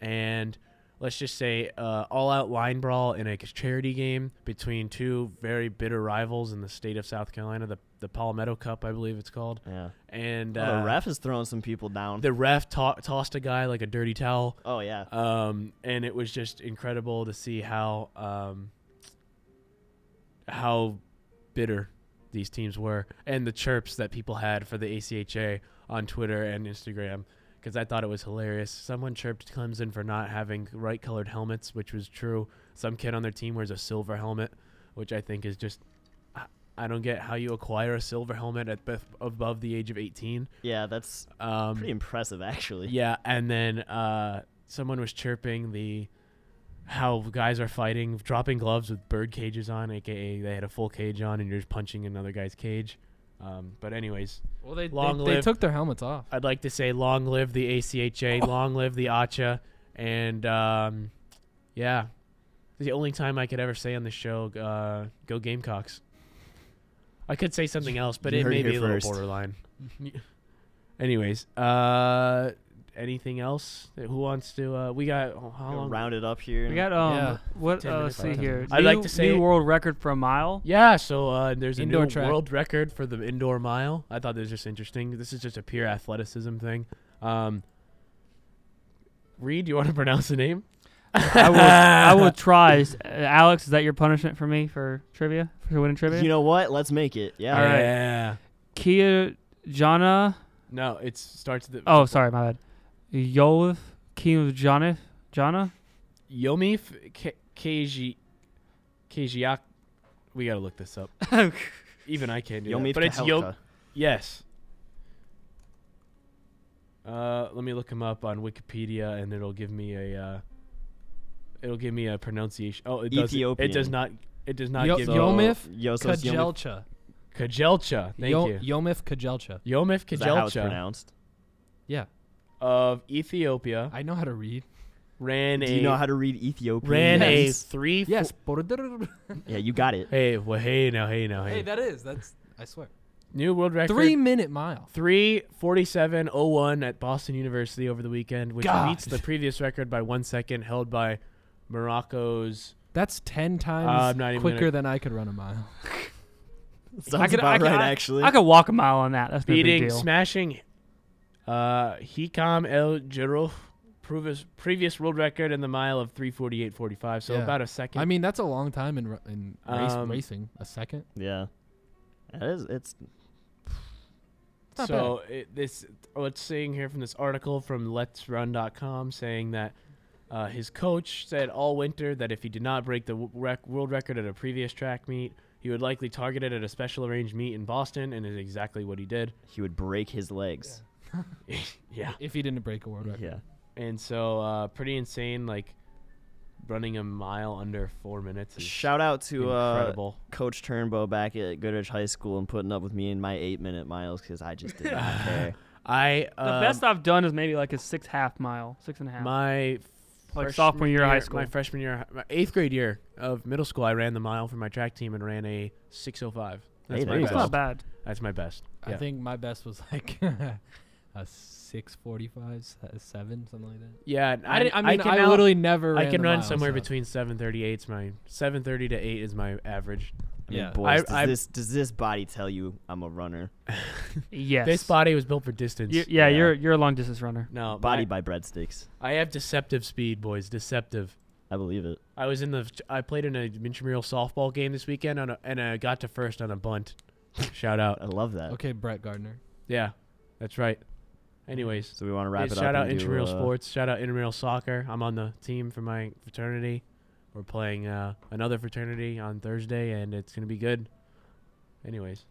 and let's just say uh, all-out line brawl in a charity game between two very bitter rivals in the state of South Carolina, the the Palmetto Cup, I believe it's called. Yeah, And Oh, uh, the ref is throwing some people down. the ref to- tossed a guy like a dirty towel Oh yeah, um, and it was just incredible to see how um, how bitter these teams were and the chirps that people had for the ACHA on Twitter and Instagram because I thought it was hilarious. Someone chirped Clemson for not having right colored helmets, which was true. Some kid on their team wears a silver helmet, which I think is just I, I don't get how you acquire a silver helmet at bef- above the age of 18. yeah, that's Um, pretty impressive actually. yeah, and then uh, someone was chirping the how guys are fighting, dropping gloves with bird cages on, aka they had a full cage on, and you're just punching another guy's cage. Um, but anyways, Well, they Long they, they live- took their helmets off. I'd like to say long live the ACHA, long live the ACHA, and um, yeah, the only time I could ever say on the show, uh, go Gamecocks. I could say something else, but You it heard may it be here a little first. borderline. Anyways, uh, anything else? Who wants to? Uh, we got how long? Round it up here. We and- got um Yeah. what Ten uh, minutes let's see left. here. I'd like New- to say- new world record for a mile. Yeah, so uh, there's a Indoor new track. world record for the indoor mile. I thought that was just interesting. This is just a pure athleticism thing. Um, Reed, you want to pronounce the name? I will I will try. S- uh, Alex, is that your punishment for me for trivia? For winning trivia? You know what? Let's make it. Yeah. All right. Yeah. Kia Jana No, it starts the Oh, sorry, my bad. Yolif King of Jana Jana? Yomi F- Keiji Keijiak. We gotta look this up. Even I can't do that. Yomif But it's Yo. Kahelka. Yes. Uh, let me look him up on Wikipedia, and it'll give me a. Uh, it'll give me a pronunciation. Oh, it does. It, it does Ethiopian. not. It does not Yo- give So- me Yomif Yosef Yomif. Kajelcha. Kajelcha. Thank Yo- you. Yomif Kajelcha. Yomif Is that how it's Kajelcha pronounced? Yeah, of Ethiopia I know how to read. ran Do a you know how to read Ethiopian? ran a Yes. three Yes. Yeah, you got it. Hey, well, hey now, hey now, hey. hey, that is that's I swear. New world record. Three minute mile. Three forty-seven oh one at Boston University over the weekend, which God. beats the previous record by one second, held by Morocco's. That's ten Uh, I'm times not even quicker gonna- than I could run a mile. Sounds could- about could- right, actually. I could walk a mile on that. That's no big Beating, deal. smashing Uh, Hikam El Jiro previous previous world record in the mile of 348.45, so Yeah. about a second. I mean, that's a long time in ru- in race, Um, racing. A second. Yeah. It is. It's It's not so it, this what's saying here from this article from Let'sRun.com saying that uh, his coach said all winter that if he did not break the w- rec- world record at a previous track meet, he would likely target it at a special arranged meet in Boston, and is exactly what he did. he would break his legs. yeah, If he didn't break a world Yeah. record. and so uh, pretty insane, like running a mile under four minutes. Is Shout out to uh, incredible. Coach Turnbow back at Goodrich High School and putting up with me and my eight minute miles because I just did not care. I The um, best I've done is maybe like a six half mile, six and a half. my Like freshman sophomore year of high school. My freshman year, my eighth grade year of middle school, I ran the mile for my track team and ran a 605. That's Hey, my there you it's best. go. not bad. That's my best. I Yeah. think my best was like a six forty-five, seven, something like that. yeah, and I, didn't, I mean, I, can now- literally never. I ran can the run mile, somewhere so- between 7:38. My 7:30 to 8 is my average. I mean, Yeah. boys, I- does, I- this, does this body tell you I'm a runner? Yes. This body was built for distance. You- yeah, yeah. you're you're a long distance runner. no Body body. by breadsticks. I have deceptive speed, boys. Deceptive. I believe it. I was in the. I played in a intramural softball game this weekend, on a, and I got to first on a bunt. Shout out. I love that. Okay, Brett Gardner. Yeah, that's right. Anyways, So we want to wrap Hey, it shout up. out and do, intramural uh, sports. Shout out intramural soccer. I'm on the team for my fraternity. We're playing uh, another fraternity on Thursday, and it's gonna be good. Anyways,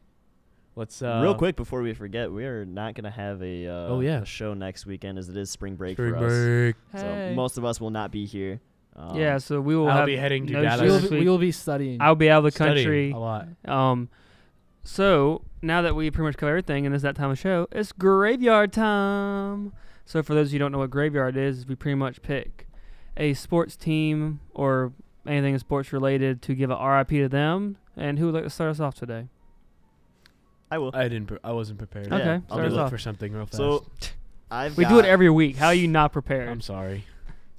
let's uh, Real quick before we forget, we are not going to have a uh, Oh, yeah. a show next weekend as it is spring break Spring for us. break. So most of us will not be here. Um, yeah, so we will I'll have be heading to no Dallas. show We'll, this be- week. we'll be studying. I'll be out of the Studying country. a lot. Um, so now that we pretty much cover everything, and it's that time of show, it's graveyard time. So for those who don't know what graveyard is, we pretty much pick a sports team or anything sports related to give a RIP to them. And who would like to start us off today? I will. I didn't. Pre- I wasn't prepared. Yeah, okay, I'll start I'll us be look off. for something real fast. So I've We got, do it every week. How are you not I'm prepared? sorry.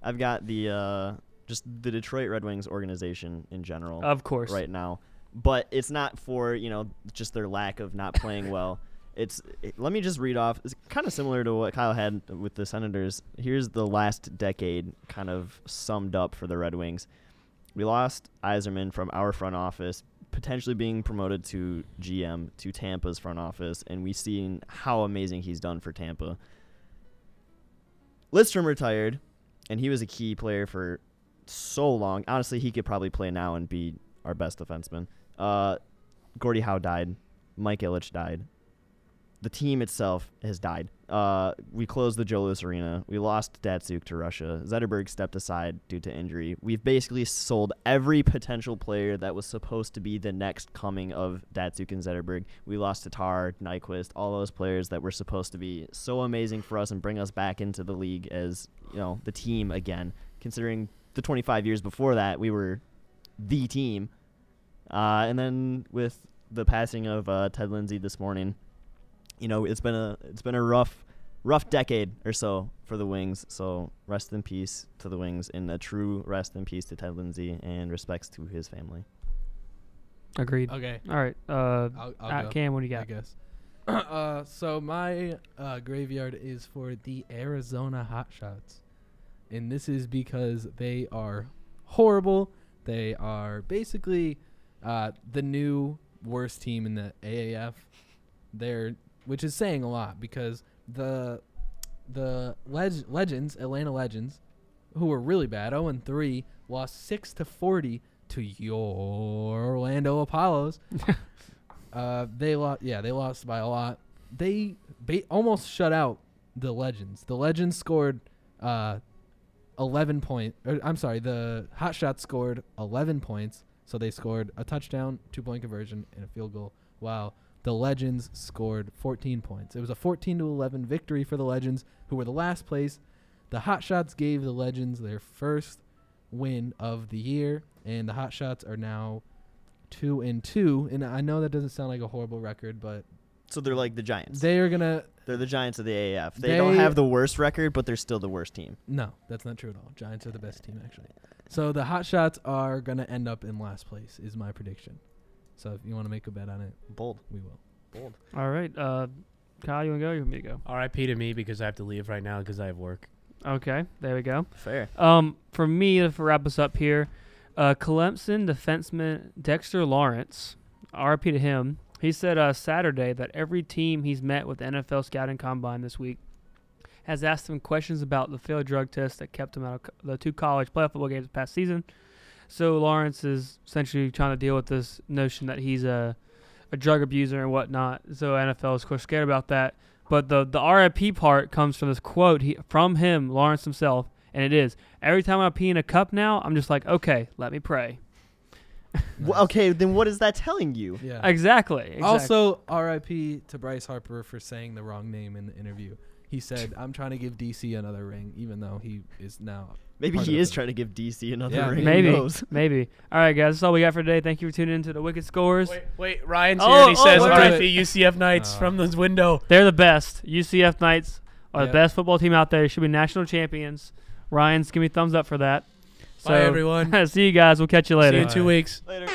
I've got the uh, just the Detroit Red Wings organization in general Of course. right now, but it's not for you know just their lack of not playing well. It's it- let me just read off. It's kind of similar to what Kyle had with the Senators. Here's the last decade kind of summed up for the Red Wings. We lost Iserman from our front office, potentially being promoted to GM to Tampa's front office, and we've seen how amazing he's done for Tampa. Lidstrom retired, and he was a key player for so long. Honestly, he could probably play now and be our best defenseman. Uh, Gordie Howe died. Mike Ilitch died. The team itself has died. Uh, we closed the Joe Louis Arena. We lost Datsuk to Russia. Zetterberg stepped aside due to injury. We've basically sold every potential player that was supposed to be the next coming of Datsuk and Zetterberg. We lost Tatar, Nyquist, all those players that were supposed to be so amazing for us and bring us back into the league as you know the team again. Considering the 25 years before that, we were the team. Uh, and then with the passing of uh, Ted Lindsay this morning, you know it's been a it's been a rough rough decade or so for the Wings. So rest in peace to the Wings, and a true rest in peace to Ted Lindsay, and respects to his family. Agreed. okay. All right. Uh, I'll, I'll at go. Cam, what do you I got? guess. uh, so my uh, graveyard is for the Arizona Hotshots, and this is because they are horrible. They are basically uh, the new worst team in the AAF. They're which is saying a lot because the the leg- legends Atlanta Legends, who were really bad, 0 and 3, lost six to 40 to your Orlando Apollos. Uh, they lost. Yeah, they lost by a lot. They ba- almost shut out the Legends. The Legends scored uh, 11 point. Or, I'm sorry, the Hot Shots scored 11 points. So they scored a touchdown, two point conversion, and a field goal. Wow. The Legends scored 14 points. It was a 14 to 11 victory for the Legends, who were the last place. The Hot Shots gave the Legends their first win of the year, and the Hot Shots are now two and two. And I know that doesn't sound like a horrible record, but So they're like the Giants. They, they are gonna are the Giants of the AAF. They, don't They- have the worst record, but they're still the worst team. No, that's not true at all. Giants are the best team actually. So the Hot Shots are gonna end up in last place is my prediction. So if you want to make a bet on it, Bold. we will. All right. Uh, Kyle, you want to go? Or you want me to go? R.I.P. to me because I have to leave right now because I have work. Okay, there we go. Fair. Um, for me to wrap us up here, uh, Clemson defenseman Dexter Lawrence, RP to him. He said uh, Saturday that every team he's met with the NFL scouting combine this week has asked him questions about the failed drug test that kept him out of co- the two college playoff football games past season. So Lawrence is essentially trying to deal with this notion that he's a a drug abuser and whatnot. So NFL is of course scared about that. But the the RIP part comes from this quote he, from him, Lawrence himself, and it is every time I pee in a cup now, I'm just like, okay, let me pray. Well, okay, then what is that telling you? Yeah. Exactly. exactly. Also, R.I.P. to Bryce Harper for saying the wrong name in the interview. He said, "I'm trying to give DC another ring, even though he is now." Maybe part he of is the- trying to give DC another Yeah, ring. maybe, Who knows? maybe. All right, guys, that's all we got for today. Thank you for tuning in to the Wicked Scores. Wait, wait, Ryan's Oh, here. And he oh, says wait, R.I.P. wait. UCF Knights Oh. from this window. They're the best. UCF Knights are the Yep. best football team out there. Should be national champions. Ryan's give me thumbs up for that. So, Bye, everyone. see you guys. We'll catch you later. See you in two weeks. Later.